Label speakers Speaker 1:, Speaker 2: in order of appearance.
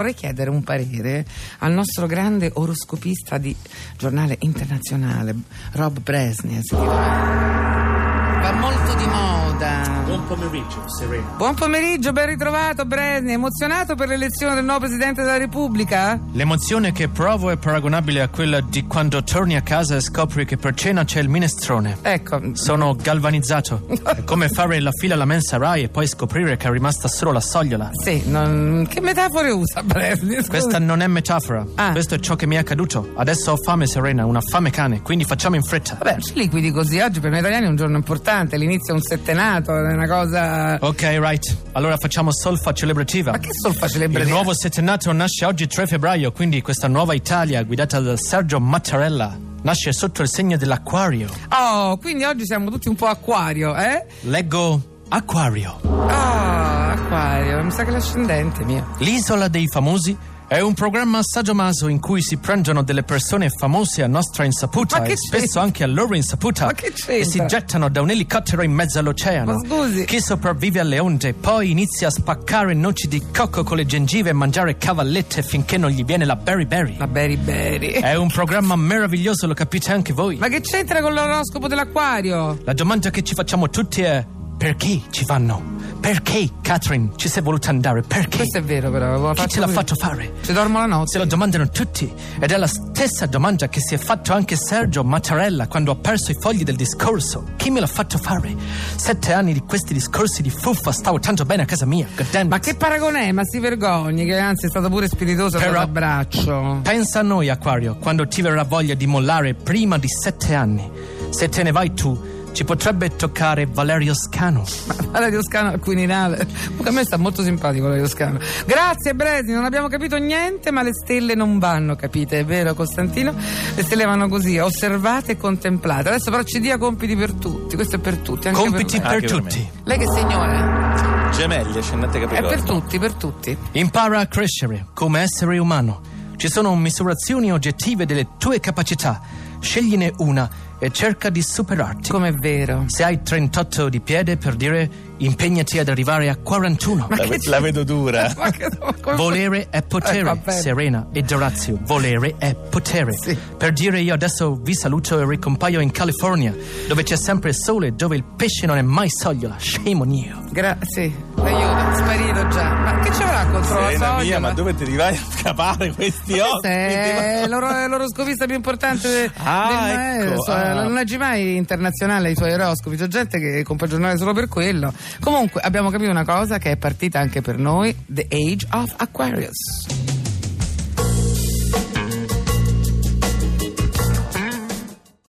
Speaker 1: Vorrei chiedere un parere al nostro grande oroscopista di giornale internazionale, Rob Bresnes. Va molto di moda.
Speaker 2: Buon pomeriggio, Serena.
Speaker 1: Buon pomeriggio, ben ritrovato Bresni. Emozionato per l'elezione del nuovo Presidente della Repubblica?
Speaker 2: L'emozione che provo è paragonabile a quella di quando torni a casa e scopri che per cena c'è il minestrone.
Speaker 1: Ecco,
Speaker 2: Sono galvanizzato. È come fare la fila alla mensa Rai e poi scoprire che è rimasta solo la sogliola.
Speaker 1: sì, non- che metafore usa Bresni? scusa?
Speaker 2: Questa non è metafora.
Speaker 1: Ah.
Speaker 2: Questo è ciò che mi è accaduto. Adesso ho fame, Serena, una fame cane, quindi facciamo in fretta.
Speaker 1: Vabbè, ci liquidi così. Oggi per noi italiani è un giorno importante, l'inizio è un settenato, è una cosa...
Speaker 2: Ok, right. Allora facciamo solfa celebrativa.
Speaker 1: Ma che solfa
Speaker 2: Il
Speaker 1: celebrativo?
Speaker 2: nuovo settennato nasce oggi 3 febbraio, quindi questa nuova Italia guidata da Sergio Mattarella nasce sotto il segno dell'acquario.
Speaker 1: Oh, quindi oggi siamo tutti un po' acquario, eh?
Speaker 2: Leggo Acquario.
Speaker 1: Ah, acquario, mi sa che è l'ascendente mio.
Speaker 2: L'isola dei famosi è un programma sadomaso in cui si prendono delle persone famose a nostra insaputa
Speaker 1: Ma che
Speaker 2: e spesso
Speaker 1: c'entra?
Speaker 2: anche a loro insaputa
Speaker 1: Ma che c'entra?
Speaker 2: e si gettano da un elicottero in mezzo all'oceano.
Speaker 1: Ma scusi.
Speaker 2: Chi sopravvive alle onde poi inizia a spaccare noci di cocco con le gengive e mangiare cavallette finché non gli viene la berry berry.
Speaker 1: La Beri Beri.
Speaker 2: È un programma meraviglioso, lo capite anche voi.
Speaker 1: Ma che c'entra con l'oroscopo dell'acquario?
Speaker 2: La domanda che ci facciamo tutti è perché ci vanno? Perché Catherine ci sei voluta andare? Perché?
Speaker 1: Questo è vero però, avevo
Speaker 2: Chi ce l'ha
Speaker 1: io.
Speaker 2: fatto fare?
Speaker 1: Ci dormo la notte.
Speaker 2: Se lo domandano tutti ed è la stessa domanda che si è fatto anche Sergio Mattarella quando ha perso i fogli del discorso. Chi me l'ha fatto fare? Sette anni di questi discorsi di fuffa stavo tanto bene a casa mia. God damn it.
Speaker 1: Ma che paragone è? Ma si vergogni, che anzi è stato pure spiritoso
Speaker 2: Però-
Speaker 1: l'abbraccio.
Speaker 2: Pensa a noi, Aquario, quando ti verrà voglia di mollare prima di sette anni. Se te ne vai tu, ci potrebbe toccare Valerio Scano.
Speaker 1: Ma Valerio Scano al Quirinale. Comunque a me sta molto simpatico Valerio Scano. Grazie Bresi, non abbiamo capito niente, ma le stelle non vanno, capite? È vero Costantino? Le stelle vanno così, osservate e contemplate. Adesso però ci dia compiti per tutti, questo è per tutti. Anche
Speaker 2: Compiti
Speaker 1: Per me.
Speaker 2: per
Speaker 3: Anche per me.
Speaker 2: tutti.
Speaker 1: Lei che signore?
Speaker 3: Gemelli, ascendente
Speaker 1: È
Speaker 3: Capricorno.
Speaker 1: per tutti, per tutti.
Speaker 2: Impara a crescere come essere umano. Ci sono misurazioni oggettive delle tue capacità. Scegliene una e cerca di superarti.
Speaker 1: Com'è vero.
Speaker 2: Se hai 38 di piede, per dire, impegnati ad arrivare a 41.
Speaker 3: La, ve- la vedo dura.
Speaker 1: Ma che- ma come-
Speaker 2: Volere è
Speaker 1: Eh,
Speaker 2: potere,
Speaker 1: vabbè.
Speaker 2: Serena e Dorazio. Volere è potere.
Speaker 1: Sì.
Speaker 2: Per dire io adesso vi saluto e ricompaio in California, dove c'è sempre sole, dove il pesce non è mai sogliola. Scemo mio.
Speaker 1: Grazie, aiuto, sparito già. Ma che ci avrà contro la
Speaker 3: Serena
Speaker 1: soglia?
Speaker 3: Eh, mia, ma dove ti arrivai a scavare questi occhi?
Speaker 1: è l'oro- l'oroscopista più importante de-
Speaker 3: Ah,
Speaker 1: del
Speaker 3: ecco,
Speaker 1: so-
Speaker 3: ah.
Speaker 1: non leggi mai internazionale i suoi oroscopi c'è gente che compra il giornale solo per quello comunque abbiamo capito una cosa che è partita anche per noi The Age of Aquarius